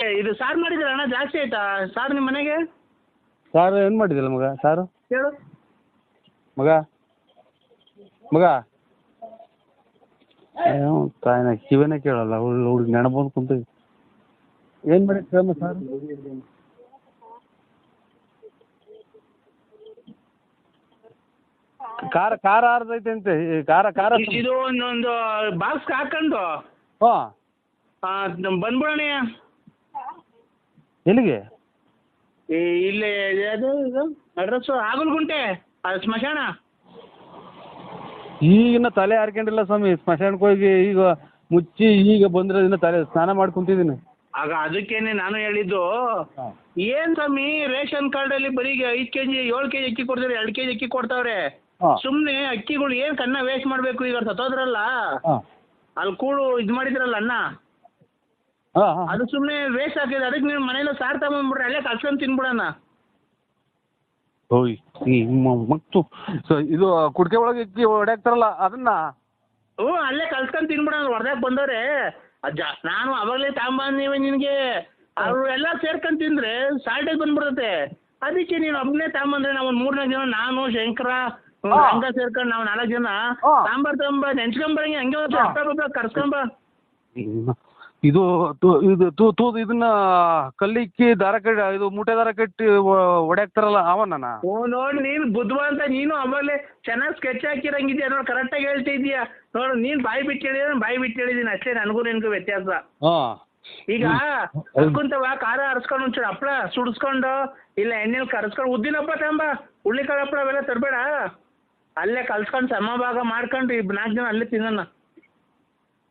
ಏ, ಇದು ಸಾರು ಮಾಡಿದ್ರೆ ಅಣ್ಣ ಜಾಸ್ತಿ ಆಯ್ತಾ ಸಾರು ನಿಮ್ಮ ಮನೆಗೆ ಸಾರು ಏನು ಮಾಡಿದಿಲ್ಲ ಮಗ ಸಾರು ಹೇಳು ಮಗ ಮಗ ಏನು ತಾಯಿನ ಕಿವಿನೇ ಕೇಳಲ್ಲ ಹುಳು ಹುಡುಗ ನೆನಪು ಕುಂತೀವಿ ಏನು ಮಾಡಿ ಕೇಳಮ್ಮ ಸಾರು ಖಾರ ಖಾರ ಆರ್ದೈತೆ ಅಂತೆ ಈ ಖಾರ ಖಾರ ಇ- ಇದು ಒಂದೊಂದು ಬಾಕ್ಸ್ ಹಾಕೊಂಡು ಹಾಂ ಆ, ನಮ್ ಬಂದ್ಬಿಡೋಣ ಎಲ್ಲಿಗೆ ಈ ಇಲ್ಲಿ ಅದು ಇದು ಅಡ್ರೆಸ್ಸು ಆಗಲ್ಗುಂಟೆ ಆ ಸ್ಮಶಾನ ಈಗಿನ ತಲೆ ಹಾರ್ಕೊಂಡಿಲ್ಲ ಸ್ವಾಮಿ ಸ್ಮಶಾನಕ್ಕೆ ಹೋಗಿ ಈಗ ಮುಚ್ಚಿ ಈಗ ಬಂದಿರೋದ್ರಿಂದ ತಲೆ ಸ್ನಾನ ಮಾಡಿ ಕುಂತಿದ್ದೀನಿ ಆಗ ಅದಕ್ಕೇನೆ ನಾನು ಹೇಳಿದ್ದು ಏನ್ ಸ್ವಾಮಿ ರೇಷನ್ ಕಾರ್ಡ್ ಅಲ್ಲಿ ಬರೀ ಐದ್ ಕೆಜಿ ಏಳು ಕೆಜಿ ಅಕ್ಕಿ ಕೊಡ್ತಾರೆ ಎರಡು ಕೆಜಿ ಅಕ್ಕಿ ಕೊಡ್ತಾವ್ರೆ ಹಾಂ ಸುಮ್ನೆ ಅಕ್ಕಿಗಳು ಏನ್ ಕನ್ನ ವೇಸ್ಟ್ ಮಾಡ್ಬೇಕು ಈಗ ಸತ್ತೋದ್ರಲ್ಲ ಹಾಂ ಅಲ್ಲಿ ಕೂಡು ಇದ್ ಮಾಡಿದ್ರಲ್ಲ ಅನ್ನ ಹಾಂ ಹಾಂ ಅದು ಸುಮ್ನೆ ವೇಸ್ಟ್ ಆಗಿದೆ ಅದಕ್ಕೆ ನೀವು ಮನೇಲಿ ಸಾರ್ ತಗೊಂಡ್ಬಿಟ್ರೆ ಅಲ್ಲೇ ಕಲ್ಸ್ಕೊಂಡ್ ತಿನ್ಬಿಡೋಣ ಓಯ್ ಈ ಮ- ಮತ್ತು ಸೊ ಇದು ಕುಡಿಕೆ ಒಳಗೆ ಇಕ್ಕಿ ಹೊಡ್ಯಾಕ್ತಾರಲ್ಲ ಅದನ್ನ ಹ್ಞೂ ಅಲ್ಲೇ ಕಲ್ಸ್ಕೊಂಡ್ ತಿನ್ಬಿಡೋಣ ಹೊರದಾಗ ಬಂದವ್ರೆ ಅಜ್ಜ ನಾನು ಅವಾಗಲೇ ತಗೊಂಬಂದೀವಿ ನಿನಗೆ ಅವ್ರು ಎಲ್ಲ ಸೇರ್ಕೊಂಡ್ ತಿಂದ್ರೆ ಸಾಲ್ಟೇ ಬಂದ್ಬಿಡುತ್ತೆ ಅದಕ್ಕೆ ನೀನು ಒಬ್ಬನೇ ತಗೊಂಬಂದ್ರೆ ನಾವು ಒಂದು ಮೂರ್ನಾಲ್ಕು ಜನ ನಾನು ಶಂಕರ ಹಾ. ಹಂಗ ಸೇರ್ಕೊಂಡು ನಾವು ನಾಲ್ಕು ಜನ ಹಾ. ಸಾಂಬಾರ್ ತಗೊಂಬ ನೆಂಚ್ಕೊಂಬರಂಗೆ ಹಂಗೆ ಒಂದು ಹಾ. ಅಪ್ಪ ಕರ್ಸ್ಕೊಂಬ ಇನ್ನು ಇದು ತು- ಇದು ತೂ ತೂ ಇದನ್ನ ಕಲ್ಲಿಕ್ಕಿ ದಾರ ಕಟ್ಟಿ ಇದು ಮೂಟೆ ದಾರ ಕಟ್ಟಿ ಹೊಡ್ಯಾಕ್ತಾರಲ್ಲ ಅವನ ಓ ನೋಡಿ ನೀನು ಬುದ್ಧವಾ ಅಂತ ನೀನು ಅವಾಗಲೇ ಚೆನ್ನಾಗಿ ಸ್ಕೆಚ್ ಹಾಕಿರಂಗಿದ್ಯಾ ನೋಡಿ ಕರೆಕ್ಟಾಗಿ ಹೇಳ್ತಿದ್ಯಾ ನೋಡು ನೀನು ಬಾಯಿ ಬಿಟ್ಟು ಹೇಳಿದ್ರೆ ಬಾಯಿ ಬಿಟ್ಟು ಹೇಳಿದೀನಿ ಅಷ್ಟೇ ನನಗೂ ನಿನಗೂ ವ್ಯತ್ಯಾಸ ಹಾಂ ಈಗ ಕುಂತವ ಖಾರ ಹರಿಸ್ಕೊಂಡು ಒಂಚೂರು ಹಪ್ಪಳ ಸುಡಿಸ್ಕೊಂಡು ಇಲ್ಲ ಎಣ್ಣೆಲಿ ಕರ್ಸ್ಕೊಂಡು ಉದ್ದಿನ ಹಪ್ಪಳ ತಂಬ ಹುಳ್ಳಿಕಾಳು ಹಪ್ಪಳ ಅವೆಲ್ಲ ತರಬೇಡ ಅಲ್ಲೇ ಕಲ್ಸ್ಕೊಂಡು ಸಮಭಾಗ ಮಾಡ್ಕೊಂಡು ಈ ನಾಲ್ಕು ಜನ ಅಲ್ಲೇ ತಿನ್ನೋಣ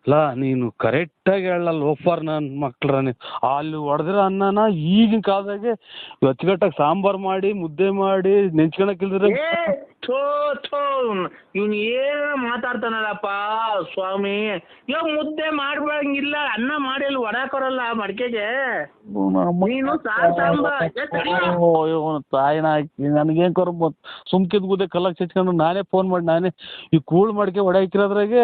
ಅಲ್ಲ ನೀನು ಕರೆಕ್ಟಾಗಿ ಹೇಳಲ್ಲ ಲೋಫರ್ ನನ್ನ ಮಕ್ಳ್ರ ನೀನು ಅಲ್ಲಿ ಹೊಡೆದಿರೋ ಅನ್ನನ ಈಗಿನ ಕಾಲದಾಗೆ ಗಚ್ಚಿಗಟ್ಟಾಗಿ ಸಾಂಬಾರು ಮಾಡಿ ಮುದ್ದೆ ಮಾಡಿ ನೆಂಚ್ಕೊಳಕ್ಕಿಲ್ದಿರ ಏ ಥೋ ಥೋ ಇವ್ನು ಏನ ಮಾತಾಡ್ತಾನಲ್ಲಪ್ಪ ಸ್ವಾಮಿ ಇವಾಗ ಮುದ್ದೆ ಮಾಡ್ಬಂಗಿಲ್ಲ ಅನ್ನ ಮಾಡಿ ಅಲ್ಲಿ ಒಡಾಕೊರಲ್ಲ ಮಡಿಕೆಗೆ ನೀನು ಸಾರ್ ಸಾಂಬಾರ್ ಏ ತಡಿಯೋ. ತಾಯಿನ ಹಾಕಿ ನನಗೇನು ಕರ್ಮ ಸುಮ್ಕಿದ್ ಗುದ್ದೆ ಕಲ್ಲಕ್ಕೆ ಚಚ್ಕೊಂಡು ನಾನೇ ಫೋನ್ ಮಾಡಿ ನಾನೇ ಈ ಕೂಳ್ ಮಡಿಕೆ ಒಡೆ ಹಾಕಿರೋದ್ರಾಗೆ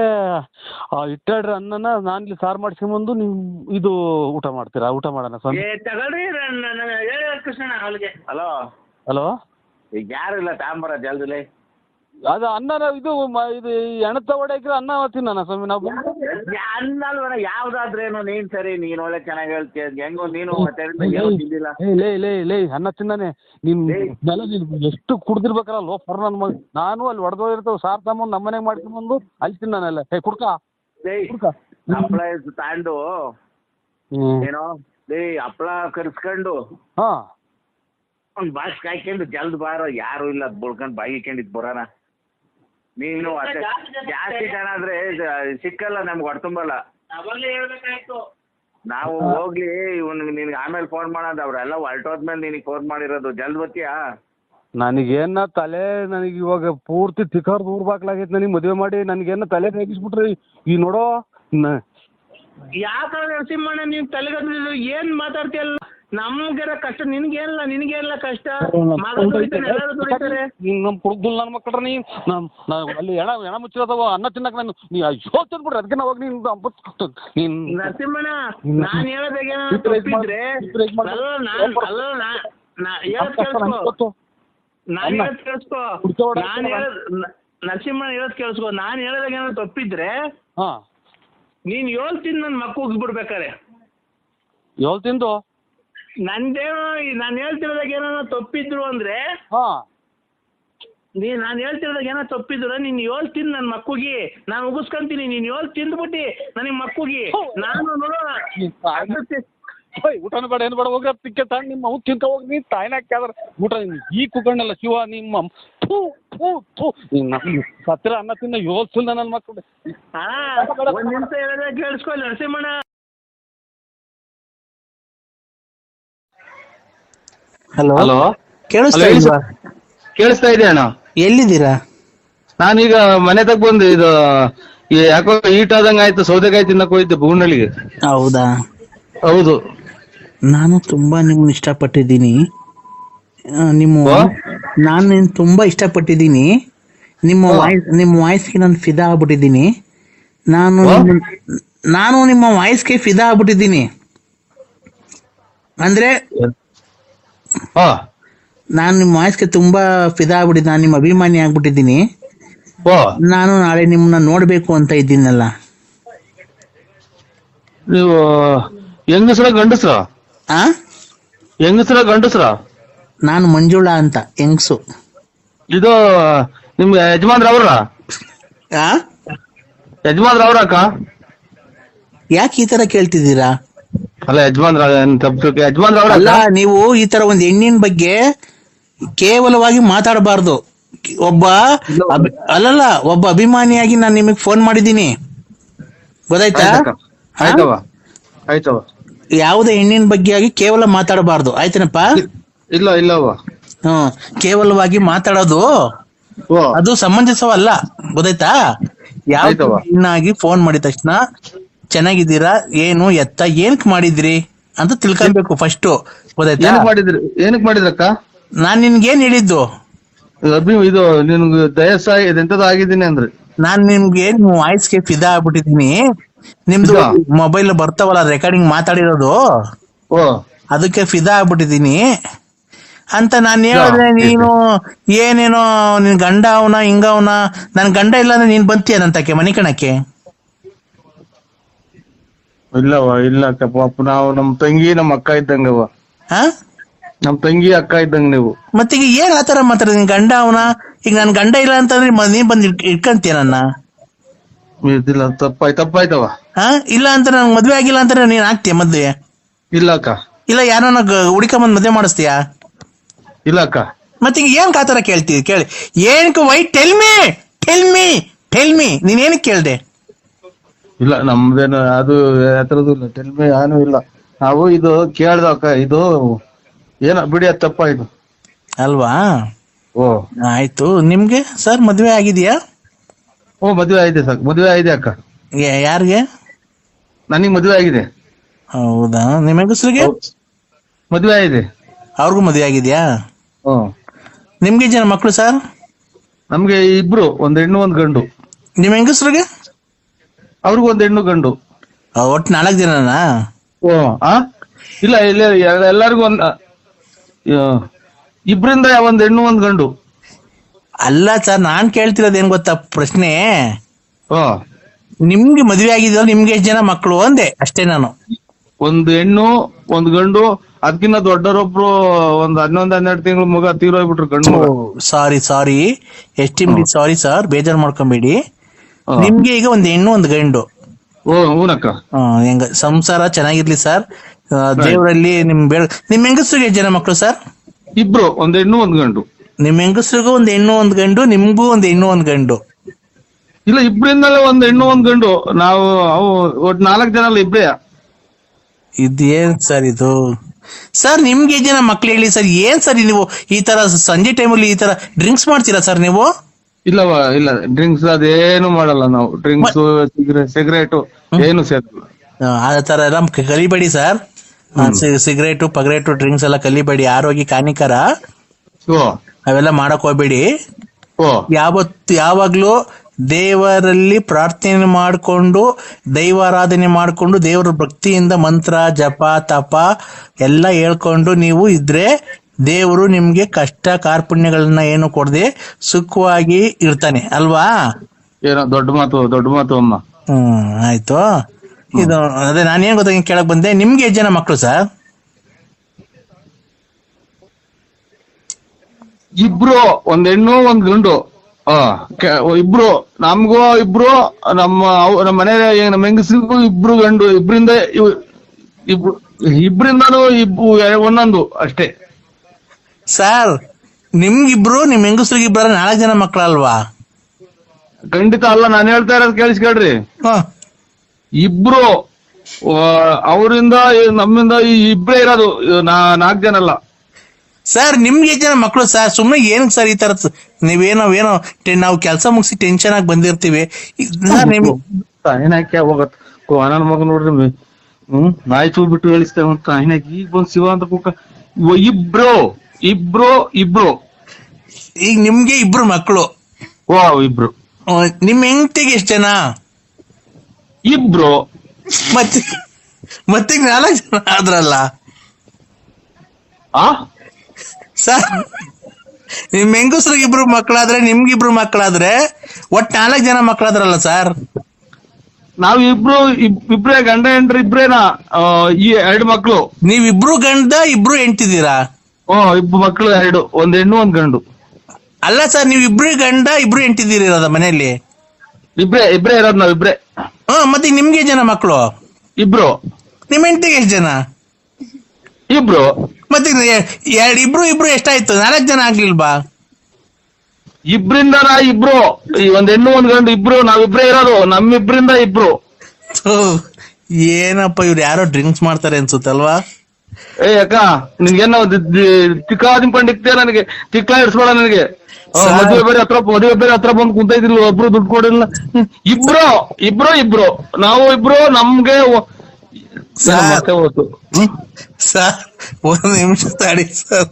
ಆ ಇಟ್ಟಾಡ್ರಿ ಅನ್ನನ ನಾನು ಇಲ್ಲಿ ಸಾರು ಮಾಡ್ಸ್ಕೊಂಬಂದು ನೀವು ಇದು ಊಟ ಮಾಡ್ತೀರಾ ಊಟ ಮಾಡೋಣ ಸ್ವಾಮಿ ಏ ತಗೊಳ್ರಿ ನನ್- ನನ್- ನನ್- ಹೇಳಿ ಕೃಷ್ಣಣ್ಣ ಅವಳಿಗೆ ಹಲೋ ಹಲೋ ಈಗ ಯಾರು ಇಲ್ಲ ತಾಂಬರ ಜಲ್ದಿಲಿ ಅದು ಅನ್ನನ ಇದು ಮ- ಇದು ಈ ಎಣತ ಒಡೆ ಹಾಕಿರೋ ಅನ್ನ ತಿನ್ನೋಣ ಸ್ವಾಮಿ ನಾವು ಅನ್ನಲ್ವನ ಯಾವ್ದಾದ್ರೇನು ನೀನ್ ಸರಿ ನೀನ್ ಒಳ್ಳೆ ಚೆನ್ನಾಗಿ ಹೇಳ್ತೀಯ ಹೆಂಗೋ ನೀನು ಮತ್ತೆ ಏನೂ ತಿಂದಿಲ್ಲ ಏ, ಲೇ ಲೇ ಲೇ ಅನ್ನ ತಿಂದಾನೆ ನೀನ್ ನೆಲ ನೀನ್ ಎಷ್ಟು ಕುಡ್ದಿರ್ಬೇಕಲ್ಲ ಲೋ ಫರ್ ನನ್ನ ಮಗ ನಾನು ಅಲ್ಲಿ ಹೊಡೆದೋಗಿರ್ತಾವ ಸಾರ್ ತಗೊಂಬಂದು ನಮ್ಮ ಮನೆಗೆ ಮಾಡ್ಕೊಂಬಂದು ಅಲ್ಲಿ ತಿಂದಾನಲ್ಲ ಏ ಕುಡ್ಕ ಏಯ್ ಕುಡ್ಕ ಹಪ್ಳ ತಾಂಡು ಹ್ಮ್. ಏನೋ ಏಯ್ ಹಪ್ಳ ಕರ್ಸ್ಕೊಂಡು ಹಾ ಒಂದ್ ಬಾಸ್ ಕಾಯ್ಕೊಂಡು ಜಲ್ದ್ ಬಾರೋ ಯಾರು ಇಲ್ಲ ಬುಳ್ಕೊಂಡ್ ಬಾಗಿಕೊಂಡಿದ್ ಬರೋಣ ನೀನು ಅಷ್ಟೇ ಜಾಸ್ತಿ ಜನ ಆದ್ರೆ ಇದು ಸಿಕ್ಕಲ್ಲ ನಮ್ಗೆ ಹೊಡ್ತುಂಬಲ್ಲ ಅವಾಗಲೇ ಹೇಳ್ಬೇಕಾಯ್ತು ನಾವು ಹೋಗ್ಲಿ ಇವ್ನ್ ನಿನ್ಗೆ ಆಮೇಲೆ ಫೋನ್ ಮಾಡೋದು ಅವ್ರೆಲ್ಲ ಹೊರ್ಟೋದ್ಮೇಲೆ ನಿನಗೆ ಫೋನ್ ಮಾಡಿರೋದು ಜಲ್ದ್ ಬರ್ತೀಯಾ ನನಗೇನ ತಲೆ ನನಗೆ ಇವಾಗ ಪೂರ್ತಿ ತಿಕ್ಕರ್ ದೂರ ಬಾಕ್ಲಾಗೈತೆ ನನಗೆ ಮದುವೆ ಮಾಡಿ ನನಗೇನ ತಲೆ ರೇಗಿಸ್ಬಿಟ್ರಿ ಈ ನೋಡೋ ನ- ಯಾಕಂದ್ರೆ ನರಸಿಂಹಣ್ಣ ನೀನ್ ತಲೆಗದ್ದಿದ್ರು ಏನ್ ಮಾತಾಡ್ತಿಯಲ್ಲ ನಮ್ಗೆಲ್ಲ ಕಷ್ಟ ನಿನ್ಗೇನಿಲ್ಲ ನಿನ್ಗೇನಿಲ್ಲ ಕಷ್ಟ ಮಗ ದುಡಿತಾನೆ ಎಲ್ಲರೂ ದುಡಿತಾರೆ ನೀನ್ ನಮ್ ಕುಡ್ದು ನನ್ನ ಮಕ್ಕಳ್ರ ನೀ ನಮ್ ನಾವ್ ಅಲ್ಲಿ ಎಣ ಎಣ ಮುಚ್ಚಿರೋದವ ಅನ್ನ ತಿನ್ನಕ್ ನಾನು ನೀ ಅಯ್ಯೋ ತಿನ್ಬಿಡ್ರಿ ಅದಕ್ಕೆ ನಾವು ಹೋಗಿ ನೀನು ಅಂಬತ್ತು ನೀನ್ ನರಸಿಂಹಣ್ಣ ನಾನ್ ಹೇಳೋದಾಗೇನ ತಪ್ಪಿದ್ರೆ ಅಲ್ಲೋ ನಾನ್ ಅಲ್ಲೋ ನಾ- ನಾ- ಹೇಳೋದ್ ಕೇಳಿಸ್ಕೊ ನಾನ್ ಹೇಳೋದ್ ಕೇಳಿಸ್ಕೊ ನಾನ್ ಹೇಳೋದ್ ನ- ನರಸಿಂಹಣ್ಣ ಹೇಳೋದ್ ಕೇಳಿಸ್ಕೊ ನಾನ್ ಹೇಳೋದಾಗ ಏನಾದ್ರು ತಪ್ಪಿದ್ರೆ ಹಾ ನೀನ್ ಹೇಳ್ತೀನಿ ನನ್ ಮಕ್ಕ ಉಗ್ಬಿಡ್ಬೇಕಾರೆ ಏಳು ತಿಂದು ನಂದೇನೋ ಈ- ನಾನ್ ಹೇಳ್ತಿರೋದಾಗ ಏನಾದ್ರು ತಪ್ಪಿದ್ರು ಅಂದ್ರೆ ಹಾ ನೀ ನಾನು ಹೇಳ್ತಿರೋದಾಗ ಏನೋ ತಪ್ಪಿದ್ರ ನೀನು ಏಳು ತಿಂದು ನನ್ನ ಮಕ್ಕಳಿಗೆ ನಾನು ಉಗಿಸ್ಕೊಂತೀನಿ ನೀನು ಏಳು ತಿಂದ್ಬಿಟ್ಟು ನನಗೆ ಮಕ್ಕಳಿಗೆ ನಾನು ನೋಡೋಣ ಹೋಯ್ ಊಟನ ಬೇಡ ಏನು ಬೇಡ ಹೋಗ್ರಿ ತಿಕ್ಕೆ ತಗೊಂಡು ನಿಮ್ಮ ಅವ್ನು ತಿಂತ ಹೋಗಿ ನೀ ತಾಯಿನ ಕ್ಯಾದ್ರ ಊಟ ನಿನ್ ಈ ಕುಕಣ್ಣಲ್ಲ ಶಿವ ನಿಮ್ಮ ಥೂ ಥೂ ಥೂ ನೀನ್ ನಮ್ಮ ಸತ್ತಿರ ಅನ್ನ ತಿನ್ನ ಯೋಚಿಸಿಲ್ಲ ನನ್ನ ಮಕ್ಕಳು ಹಾಂ ಒಂದು ನಿಮಿಷ ಹೇಳಿದ್ರೆ ಕೇಳಿಸ್ಕೊ ನರಸಿಂಹಣ್ಣ ಹಲೋ ಹಲೋ ಕೇಳಿಸ್ತಾ ಹಲೋ, ಹೇಳಿ ಇಲ್ವಾ ಕೇಳಿಸ್ತಾ ಇದೆ ಅಣ್ಣ ಎಲ್ಲಿದ್ದೀರಾ ನಾನೀಗ ಮನೆ ತಗ ಬಂದೆ ಇದು ಈ ಯಾಕೋ ಈಟ್ ಆದಂಗ ಆಯ್ತು ಸೌದೆಕಾಯಿ ತಿನ್ನಕ್ ಹೋಯ್ತು ಬುಗುನಳ್ಳಿಗೆ ಹೌದಾ ಹೌದು ನಾನು ತುಂಬಾ ನಿಮ್ನ ಇಷ್ಟಪಟ್ಟಿದ್ದೀನಿ ಆ, ನಿಮ್ಮ ಓ? ನಾನು ನಿನ್ನ ತುಂಬಾ ಇಷ್ಟಪಟ್ಟಿದ್ದೀನಿ ನಿಮ್ಮ ವಾಯ್ಸ್ ನಿಮ್ಮ ವಾಯ್ಸ್ಗೆ ನಾನು ಫಿದಾ ಆಗ್ಬಿಟ್ಟಿದ್ದೀನಿ ನಾನು ನಿಮ್ಮ- ನಾನು ನಿಮ್ಮ ವಾಯ್ಸ್ಗೆ ಫಿದಾ ಆಗ್ಬಿಟ್ಟಿದ್ದೀನಿ ಅಂದ್ರೆ ಹಾ ನಾನು ನಿಮ್ಮ ವಾಯ್ಸ್ಗೆ ತುಂಬಾ ಫಿದಾ ಆಗ್ಬಿಟ್ಟಿದ್ದೆ ನಾನು ನಿಮ್ಮ ಅಭಿಮಾನಿ ಆಗ್ಬಿಟ್ಟಿದ್ದೀನಿ ಓ ನಾನು ನಾಳೆ ನಿಮ್ಮನ್ನ ನೋಡ್ಬೇಕು ಅಂತ ಇದ್ದೀನಲ್ಲ ನೀವು ಹೆಂಗಸ್ರ ಗಂಡಸ್ರ ಆ ಹೆಂಗಸ್ರ ಗಂಡಸ್ರ ನಾನು ಮಂಜುಳಾ ಅಂತ ಹೆಂಗ್ಸು ಇದು ನಿಮ್ಗೆ ಯಜಮಾನ್ರ ಅವ್ರ ಆ ಯಜಮಾನ್ರ ಅವ್ರ ಅಕ್ಕ ಯಾಕೆ ಈ ತರ ಕೇಳ್ತಿದ್ದೀರಾ ಅಲ್ಲ ಯಜಮಾನ್ರ ಏನ್ ತಪ್ಪು ತಿಳ್ಕೊ- ಯಜಮಾನ್ರ ಅವ್ರ ಅಲ್ಲ ನೀವು ಈ ತರ ಒಂದ್ ಹೆಣ್ಣಿನ ಬಗ್ಗೆ ಕೇವಲವಾಗಿ ಮಾತಾಡಬಾರ್ದು ಒಬ್ಬ ಅಭಿ- ಅಲ್ಲಲ್ಲ ಒಬ್ಬ ಅಭಿಮಾನಿಯಾಗಿ ನಾನು ನಿಮಗೆ ಫೋನ್ ಮಾಡಿದ್ದೀನಿ ಗೊತ್ತಾಯ್ತಾ ಆಯ್ತವ ಆಯ್ತವ ಯಾವುದೇ ಹೆಣ್ಣಿನ ಬಗ್ಗೆ ಆಗಿ ಕೇವಲ ಮಾತಾಡಬಾರ್ದು ಆಯ್ತೇನಪ್ಪ ಇಲ್ಲ ಇಲ್ಲವ ಹ್ಮ್ ಕೇವಲವಾಗಿ ಮಾತಾಡೋದು ಓ ಅದು ಸಮಂಜಸವಲ್ಲ ಗೊತ್ತಾಯ್ತಾ ಯಾವ ಆಯ್ತವ್ವ. ಹೆಣ್ಣಾಗಿ ಫೋನ್ ಮಾಡಿದ ತಕ್ಷಣ ಚೆನ್ನಾಗಿದ್ದೀರಾ ಏನು ಎತ್ತ ಏನಕ್ ಮಾಡಿದ್ರಿ ಅಂತ ತಿಳ್ಕೊಬೇಕು ಫಸ್ಟ್ ಗೊತ್ತಾಯ್ತಾ ಏನಕ್ ಮಾಡಿದ್ರಿ ಏನಕ್ ಮಾಡಿದ್ರಕ್ಕ ನಾನ್ ನಿನ್ಗೇನ್ ಹೇಳಿದ್ದು ಅಭಿ ಇದು ನಿನ್ಗೆ ದಯಸ ಇದೆಂತದ ಆಗಿದ್ದೀನಿ ಅಂದ್ರಿ ನಾನ್ ನಿಮ್ಗೆ ನಿಮ್ ವಾಯ್ಸ್ ಗೆ ಫಿದಾ ಆಗ್ಬಿಟ್ಟಿದೀನಿ ನಿಮ್ದು ಫಿದಾ? ಮೊಬೈಲ್ ಬರ್ತಾವಲ್ಲ ರೆಕಾರ್ಡಿಂಗ್ ಮಾತಾಡಿರೋದು ಓ ಅದಕ್ಕೆ ಫಿದಾ ಆಗ್ಬಿಟ್ಟಿದೀನಿ ಅಂತ ನಾನು ಹೇಳಿದ್ರೆ ಫಿದಾ. ನೀನು ಏನೇನೋ ನಿನ್ ಗಂಡ ಅವನ ಹಿಂಗವನ ನನ್ ಗಂಡ ಇಲ್ಲ ಅಂದ್ರೆ ನೀನ್ ಬಂತೀಯ ನಂತಕ್ಕೆ ಮನೆ ಕಣಕ್ಕೆ ಇಲ್ಲವ ಇಲ್ಲ ಅಕ್ಕ ಪಾಪ ನಾವು ನಮ್ ತಂಗಿ ನಮ್ ಅಕ್ಕ ಇದ್ದಂಗವ ಹಾ ನಮ್ ತಂಗಿ ಅಕ್ಕ ಇದ್ದಂಗ ನೀವು ಮತ್ತೆ ಈಗ ಏನ್ ಆತರ ಮಾತಾಡ ನಿನ್ ಗಂಡ ಅವನ ಈಗ ನನ್ ಗಂಡ ಇಲ್ಲ ಅಂತಂದ್ರೆ ಮ- ನೀನ್ ಬಂದ್ ಇಟ್ಕ- ಇಟ್ಕಂತೀಯ ನನ್ನ ಇದಿಲ್ಲ ತಪ್ಪಾಯ್ ತಪ್ಪಾಯ್ತವ ಹಾ ಇಲ್ಲ ಅಂತ ನನ್ ಮದ್ವೆ ಆಗಿಲ್ಲ ಅಂತಂದ್ರೆ ನೀನ್ ಆಗ್ತೀಯ ಮದ್ವೆ ಇಲ್ಲ ಅಕ್ಕ ಇಲ್ಲ ಯಾರನ್ನ ಹುಡ್ಕೊಂಬಂದ್ ಮದ್ವೆ ಮಾಡಿಸ್ತೀಯಾ ಇಲ್ಲ ಅಕ್ಕ ಮತ್ತೆ ಈಗ ಏನ್ ಕಾತರ ಕೇಳ್ತೀವಿ ಕೇಳಿ ಏನಕ್ಕೆ why tell me tell me tell me ನೀನ್ ಏನಕ್ಕೆ ಕೇಳ್ದೆ ಇಲ್ಲ ನಮ್ದೇನು ಅದು ಹತ್ರದ್ದು ಇಲ್ಲ ತೆಲ್ಮೆ ಯಾನು ಇಲ್ಲ ನಾವು ಇದು ಕೇಳ್ದ ಅಕ್ಕ ಇದು ಏನ ಬಿಡಿ ಅದ್ ತಪ್ಪಾಯ್ತು ಅಲ್ವಾ ಓ ಆಯ್ತು ನಿಮ್ಗೆ ಸರ್ ಮದ್ವೆ ಆಗಿದ್ಯಾ ಓ ಮದ್ವೆ ಆಗಿದೆ ಸಾಕು ಮದ್ವೆ ಆಗಿದೆ ಅಕ್ಕ ಯಾ- ಯಾರಿಗೆ ನನಗ್ ಮದ್ವೆ ಆಗಿದೆ ಹೌದಾ ನಿಮ್ಮ ಹೆಂಗಸ್ರಿಗೆ ಮದ್ವೆ ಆಗಿದೆ ಅವ್ರಿಗೂ ಮದ್ವೆ ಆಗಿದ್ಯಾ ಹ್ಮ್ ನಿಮ್ಗೆ ಜನ ಮಕ್ಕಳು ಸರ್ ನಮ್ಗೆ ಇಬ್ರು ಒಂದ್ ಹೆಣ್ಣು ಒಂದ್ ಗಂಡು ನಿಮ್ಮ ಹೆಂಗಸ್ರಿಗೆ ಅವ್ರಿಗೂ ಒಂದ್ ಹೆಣ್ಣು ಗಂಡು ಆ, ಒಟ್ಟು ನಾಲ್ಕು ಜನನಾ ಓ ಆ ಇಲ್ಲ ಇಲ್ಲ ಎ- ಎಲ್ಲರಿಗೂ ಒಂದ್ ಆ, ಯಾ- ಇಬ್ರಿಂದ ಒಂದ್ ಹೆಣ್ಣು ಒಂದ್ ಗಂಡು ಅಲ್ಲ ಸರ್ ನಾನ್ ಕೇಳ್ತಿರೋದು ಏನ್ ಗೊತ್ತಾ ಪ್ರಶ್ನೆ ಓ ನಿಮ್ಗೆ ಮದ್ವೆ ಆಗಿದ್ಯಲ್ಲ ನಿಮ್ಗೆ ಎಷ್ಟು ಜನ ಮಕ್ಕಳು ಅಂದೆ ಅಷ್ಟೇ ನಾನು ಒಂದ್ ಹೆಣ್ಣು ಒಂದ್ ಗಂಡು ಅದಕ್ಕಿನ್ನ ದೊಡ್ಡರೊಬ್ರು ಒಂದ್ ಹನ್ನೊಂದ್ ಹನ್ನೆರಡು ತಿಂಗಳು ಮಗ ತೀರೋಗ್ಬಿಟ್ರು ಗಂಡು ಮಗ ಸಾರಿ ಸಾರಿ ಎಸ್ಟಿಮ್ ಸಾರಿ ಸರ್ ಬೇಜಾರ್ ಮಾಡ್ಕೊಂಬೇಡಿ ಆ. ನಿಮ್ಗೆ ಈಗ ಒಂದ್ ಹೆಣ್ಣು ಒಂದ್ ಗಂಡು ಓ ಹೂನಕ್ಕ ಆ, ಹೆಂಗ ಸಂಸಾರ ಚೆನ್ನಾಗಿರ್ಲಿ ಸರ್ ದೇವರಲ್ಲಿ ನಿಮ್ ಬೆಳ ನಿಮ್ ಹೆಂಗಸ್ರಿಗೆ ಎಷ್ಟು ಜನ ಮಕ್ಕಳು ಸರ್ ಇಬ್ರು ಒಂದ್ ಹೆಣ್ಣು ಒಂದ್ ಗಂಡು ನಿಮ್ ಹೆಂಗಸ್ರಿಗೂ ಒಂದ್ ಹೆಣ್ಣು ಒಂದ್ ಗಂಡು ನಿಮ್ಗೂ ಒಂದ್ ಹೆಣ್ಣು ಒಂದ್ ಗಂಡು ಇಲ್ಲ ಇಬ್ರಿಂದಲೇ ಒಂದ್ ಹೆಣ್ಣು ಒಂದ್ ಗಂಡು ನಾವು ಅವು ಒಟ್ ನಾಲ್ಕ್ ಜನ ಅಲ್ಲ ಇಬ್ರೇ ಇದೇನ್ ಸರ್ ಇದು ಸರ್ ನಿಮ್ಗೆ ಎಷ್ಟ್ ಜನ ಮಕ್ಳು ಹೇಳಿ ಸರ್ ಏನ್ ಸರ್ ನೀವು ಈ ತರ ಸಂಜೆ ಟೈಮಲ್ಲಿ ಈ ತರ ಡ್ರಿಂಕ್ಸ್ ಮಾಡ್ತೀರಾ ಸರ್ ನೀವು ಇಲ್ಲವ ಇಲ್ಲ ಡ್ರಿಂಕ್ಸ್ ಅದೇನು ಮಾಡಲ್ಲ ನಾವು ಡ್ರಿಂಕ್ಸ್ ಸಿಗರೇಟು ಏನು ಸೇರಲ್ಲ ಆ, ಆ ತರ ಎಲ್ಲ ಕ- ಕಲಿಬೇಡಿ ಸರ್ ಸಿಗರೇಟು ಪಗರೇಟು ಡ್ರಿಂಕ್ಸ್ ಎಲ್ಲ ಕಲಿಬೇಡಿ ಆರೋಗ್ಯ ಹಾನಿಕರ ಓ ಅವೆಲ್ಲ ಮಾಡಕ್ ಹೋಗ್ಬೇಡಿ ಓ ಯಾವತ್ತು ಯಾವಾಗ್ಲೂ ದೇವರಲ್ಲಿ ಪ್ರಾರ್ಥನೆ ಮಾಡಿಕೊಂಡು ದೈವಾರಾಧನೆ ಮಾಡಿಕೊಂಡು ದೇವರ ಭಕ್ತಿಯಿಂದ ಮಂತ್ರ ಜಪ ತಪ ಎಲ್ಲ ಹೇಳ್ಕೊಂಡು ನೀವು ಇದ್ರೆ ದೇವರು ನಿಮ್ಗೆ ಕಷ್ಟ ಕಾರ್ಪಣ್ಯಗಳನ್ನ ಏನು ಕೊಡದೆ ಸುಖವಾಗಿ ಇರ್ತಾನೆ ಅಲ್ವಾ ಏನೋ ದೊಡ್ಡ ಮಾತು ದೊಡ್ಡ ಮಾತು ಅಮ್ಮ ಹ್ಮ್ ಆಯ್ತು ಇದು ಅದೇ ನಾನೇನ್ ಗೊತ್ತಾಗಿ ಕೇಳಕ್ ಬಂದೆ ನಿಮ್ಗೆ ಎಷ್ಟ್ ಜನ ಮಕ್ಕಳು ಸರ್ ಇಬ್ರು ಒಂದ್ ಹೆಣ್ಣು ಒಂದ್ ಗಂಡು ಆ, ಕೆ- ಇಬ್ರು ನಮ್ಗೂ ಇಬ್ರು ನಮ್ಮ ಅವ್- ನಮ್ಮ ಮನೆ ನಮ್ಮ ಹೆಂಗಸಿಗೂ ಇಬ್ರು ಗಂಡು ಇಬ್ರಿಂದ ಇವ್- ಇಬ್ರು ಇಬ್ರಿಂದಾನು ಇಬ್ಬು ಒಂದೊಂದು ಅಷ್ಟೇ ಸರ್ ನಿಮ್ಗಿಬ್ರು ನಿಮ್ ಹೆಂಗಸ್ರಿಗಿಬ್ಬರ ನಾಲ್ಕು ಜನ ಮಕ್ಕಳಲ್ವಾ ಖಂಡಿತ ಅಲ್ಲ ನಾನು ಹೇಳ್ತಾ ಇರೋದು ಕೇಳಿಸ್ಕೊಳ್ರಿ ಹ್ಮ್ ಇಬ್ರು ಅವರಿಂದ ನಮ್ಮಿಂದ ಈ ಇಬ್ರೇ ಇರೋದು ಇವ್ ನಾ- ನಾಲ್ಕ್ ಜನ ಅಲ್ಲ ಸರ್ ನಿಮ್ಗೆ ಎಷ್ಟ್ ಜನ ಮಕ್ಕಳು ಸರ್ ಸುಮ್ಮನೆ ಏನಕ್ಕೆ ಸರ್ ಈ ತರ ಸ- ನೀವೇನೋ ಏನೋ ಟೆ- ನಾವು ಕೆಲಸ ಮುಗಿಸಿ ಟೆನ್ಷನ್ ಆಗಿ ಬಂದಿರ್ತೀವಿ ಇದ್- ಸರ್ ನಿಮ್ ಏನಕ್ಕೆ ಹೋಗತ್ ನನ್ನ ಮಗ ನೋಡ್ರಿ ಮಿ- ಹ್ಮ್ ನಾಯಿ ಚೂ ಬಿಟ್ಟು ಹೇಳಿಸ್ತೇವೆ ಅಂತ ಏನಕ್ಕೆ ಈಗ ಬಂದ್ ಶಿವ ಅಂತ ಕೂಕ ಇವ್ ಇಬ್ರು ಇಬ್ರು ಇಬ್ರು ಈಗ ನಿಮ್ಗೆ ಇಬ್ರು ಮಕ್ಕಳು ಓ ಇಬ್ರು ಅಹ್, ನಿಮ್ ಹೆಂಡತಿಗೆ ಎಷ್ಟ್ ಜನ ಇಬ್ರು ಮತ್ತೆ ಮತ್ತೆ ನಾಲ್ಕು ಜನ ಆದ್ರಲ್ಲ ಆ ಸರ್ ನಿಮ್ ಹೆಂಗಸ್ರಿಗೆ ಇಬ್ರು ಮಕ್ಕಳಾದ್ರೆ ನಿಮ್ಗಿಬ್ರು ಮಕ್ಕಳಾದ್ರೆ ಒಟ್ ನಾಲ್ಕ್ ಜನ ಮಕ್ಕಳಾದ್ರಲ್ಲ ಸರ್ ನಾವ್ ಇಬ್ರು ಇಬ್- ಇಬ್ರೇ ಗಂಡ ಹೆಂಡ್ರಿ ಇಬ್ರೇನಾ ಆ, ಈ ಎರಡು ಮಕ್ಳು ನೀವಿಬ್ರು ಗಂಡ ಇಬ್ರು ಹೆಂಡ್ತಿದ್ದೀರಾ ಹ್ಮ್ ಇಬ್ರು ಮಕ್ಳು ಎರಡು ಒಂದ್ ಹೆಣ್ಣು ಒಂದ್ ಗಂಡು ಅಲ್ಲ ಸರ್ ನೀವಿಬ್ರು ಗಂಡ ಇಬ್ರು ಹೆಂಡ್ತಿದ್ದೀರಿರೋದ ಮನೆಯಲ್ಲಿ ಇಬ್ರೇ ಇಬ್ರೇ ಇರೋದ್ ನಾವ್ ಇಬ್ರೇ ಹಾ ಮತ್ತೆ ನಿಮ್ಗೆ ಜನ ಮಕ್ಕಳು ಇಬ್ರು ನಿಮ್ ಹೆಂಡತಿಗೆ ಎಷ್ಟ್ ಜನ ಇಬ್ರು ಮತ್ತೆ ಎರಡ್ ಇಬ್ರು ಇಬ್ರು ಎಷ್ಟಾಯ್ತು ನಾಲ್ಕ್ ಜನ ಆಗ್ಲಿಲ್ವಾ ಇಬ್ರಿಂದ ನಾ ಇಬ್ರು ಈ ಒಂದ್ ಹೆಣ್ಣು ಒಂದ್ ಗಂಡು ಇಬ್ರು ನಾವಿಬ್ರೇ ಇರೋದು ನಮ್ಮಿಬ್ರಿಂದ ಇಬ್ರು ಥು, ಏನಪ್ಪ ಇವ್ರು ಯಾರೋ ಡ್ರಿಂಕ್ಸ್ ಮಾಡ್ತಾರೆ ಅನ್ಸುತ್ತಲ್ವಾ ಏ ಅಕ್ಕ ನಿನ್ಗೇನೋ ತಿಕ್ಕಾದಿನ ಪಂಡಿಕ್ತೆ ನನಗೆ ತಿಕ್ಕ ಇಡ್ಸ್ಬೇಡ ನನಗೆ ಆ, ಸರ್. ಮದ್ವೆ ಬೇರೆ ಹತ್ರ ಮದುವೆ ಬೇರೆ ಹತ್ರ ಬಂದು ಕುಂತ ಇದ್ರಿಲ್ಲ ಒಬ್ರು ದುಡ್ಡು ಕೊಡಿಲ್ಲ ಇಬ್ರು ಇಬ್ರು ಇಬ್ರು ನಾವು ಇಬ್ರು ನಮ್ಗೆ ಒ- ಸರ್. ಮತ್ತೆ ಹೋಯ್ತು ಹ್ಮ್? ಸರ್ ಒಂದ್ ನಿಮಿಷ ತಾಡಿ ಸರ್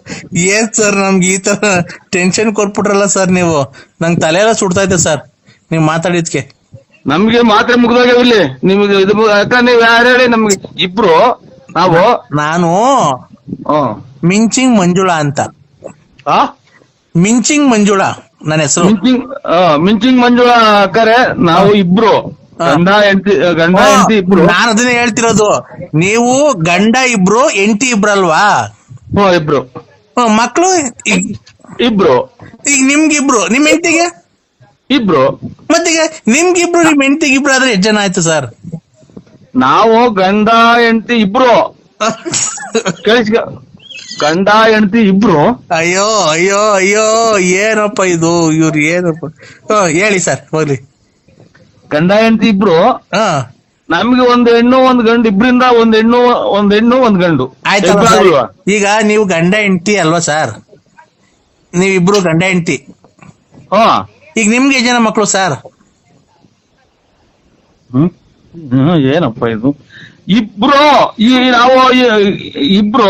ಏನ್ ಸರ್ ನಮ್ಗೆ ಈ ತರ ಟೆನ್ಷನ್ ಕೊಟ್ಬಿಟ್ರಲ್ಲ ಸರ್ ನೀವು ನಂಗೆ ತಲೆ ಎಲ್ಲ ಸುಡ್ತಾ ಇದೆ ಸರ್ ನೀವು ಮಾತಾಡಿದ್ಕೆ ನಮ್ಗೆ ಮಾತ್ರ ಮುಗ್ದೋಗ್ಯಾವ ಇಲ್ಲಿ ನಿಮ್ಗೆ ಇದು ಮು- ಅಕ್ಕ ನೀವ್ ಯಾರು ಹೇಳಿ ನಮ್ಗೆ ಇಬ್ರು ನಾವು ನಾನು ಹ್ಮ್. ಮಿಂಚಿಂಗ್ ಮಂಜುಳಾ ಅಂತ ಆ ಮಿಂಚಿಂಗ್ ಮಂಜುಳಾ ನನ್ನ ಹೆಸರು ಮಿಂಚಿಂಗ್ ಆ, ಮಿಂಚಿಂಗ್ ಮಂಜುಳಾ ಅಕ್ಕರೆ ನಾವು ಇಬ್ರು ಹಾ. ಗಂಡ ಹೆಂಡತಿ ಗಂಡ ಹೆಂಡತಿ ಇಬ್ರು ನಾನು ಅದನ್ನೇ ಹೇಳ್ತಿರೋದು ನೀವು ಗಂಡ ಇಬ್ರು ಎಂಟಿ ಇಬ್ರಲ್ವಾ ಹ್ಮ್, ಇಬ್ರು ಹ್ಮ್, ಮಕ್ಳು ಈಗ ಇಬ್ರು ಈಗ ನಿಮ್ಗಿಬ್ರು ನಿಮ್ ಹೆಂಡತಿಗೆ ಇಬ್ರು ಮತ್ತೀಗ ನಿಮ್ಗಿಬ್ರು ನಿಮ್ ಹೆಂಡತಿಗಿಬ್ರು ಆದ್ರೆ ಎಷ್ಟು ಜನ ಆಯ್ತು ಸರ್ ನಾವು ಗಂಡ ಹೆಂಡತಿ ಇಬ್ರು ಕೇಳಿಸ್ಕ ಗಂಡ ಹೆಂಡತಿ ಇಬ್ರು ಅಯ್ಯೋ ಅಯ್ಯೋ ಅಯ್ಯೋ ಏನಪ್ಪ ಇದು ಇವ್ರು ಏನಪ್ಪ ಹಾ ಹೇಳಿ ಸರ್ ಹೋಗ್ಲಿ ಗಂಡ ಹೆಂಡತಿ ಇಬ್ರು ಹಾ ನಮ್ಗೆ ಒಂದ್ ಹೆಣ್ಣು ಒಂದ್ ಗಂಡು ಇಬ್ರಿಂದ ಒಂದ್ ಹೆಣ್ಣು ಒಂದ್ ಹೆಣ್ಣು ಒಂದ್ ಗಂಡು ಆಯ್ತಲ್ಲ ಇಬ್ರು ಸರ್ ಅಲ್ವಾ? ಈಗ ನೀವು ಗಂಡ ಹೆಂಡತಿ ಅಲ್ವಾ ಸರ್ ನೀವಿಬ್ರು ಗಂಡ ಹೆಂಡತಿ ಹಾ ಈಗ ನಿಮ್ಗೆ ಎಷ್ಟ್ ಜನ ಮಕ್ಕಳು ಸರ್ ಹ್ಮ್? ಹ್ಮ್, ಏನಪ್ಪ ಇದು ಇಬ್ರು ಈ ನಾವು ಈ- ಇಬ್ರು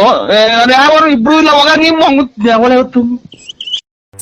ಯಾವಾರು ಇಬ್ರು ಇಲ್ಲ ಹೋಗ ನಿಮ್ಮ ಅವಳೆ ಹೊತ್ತು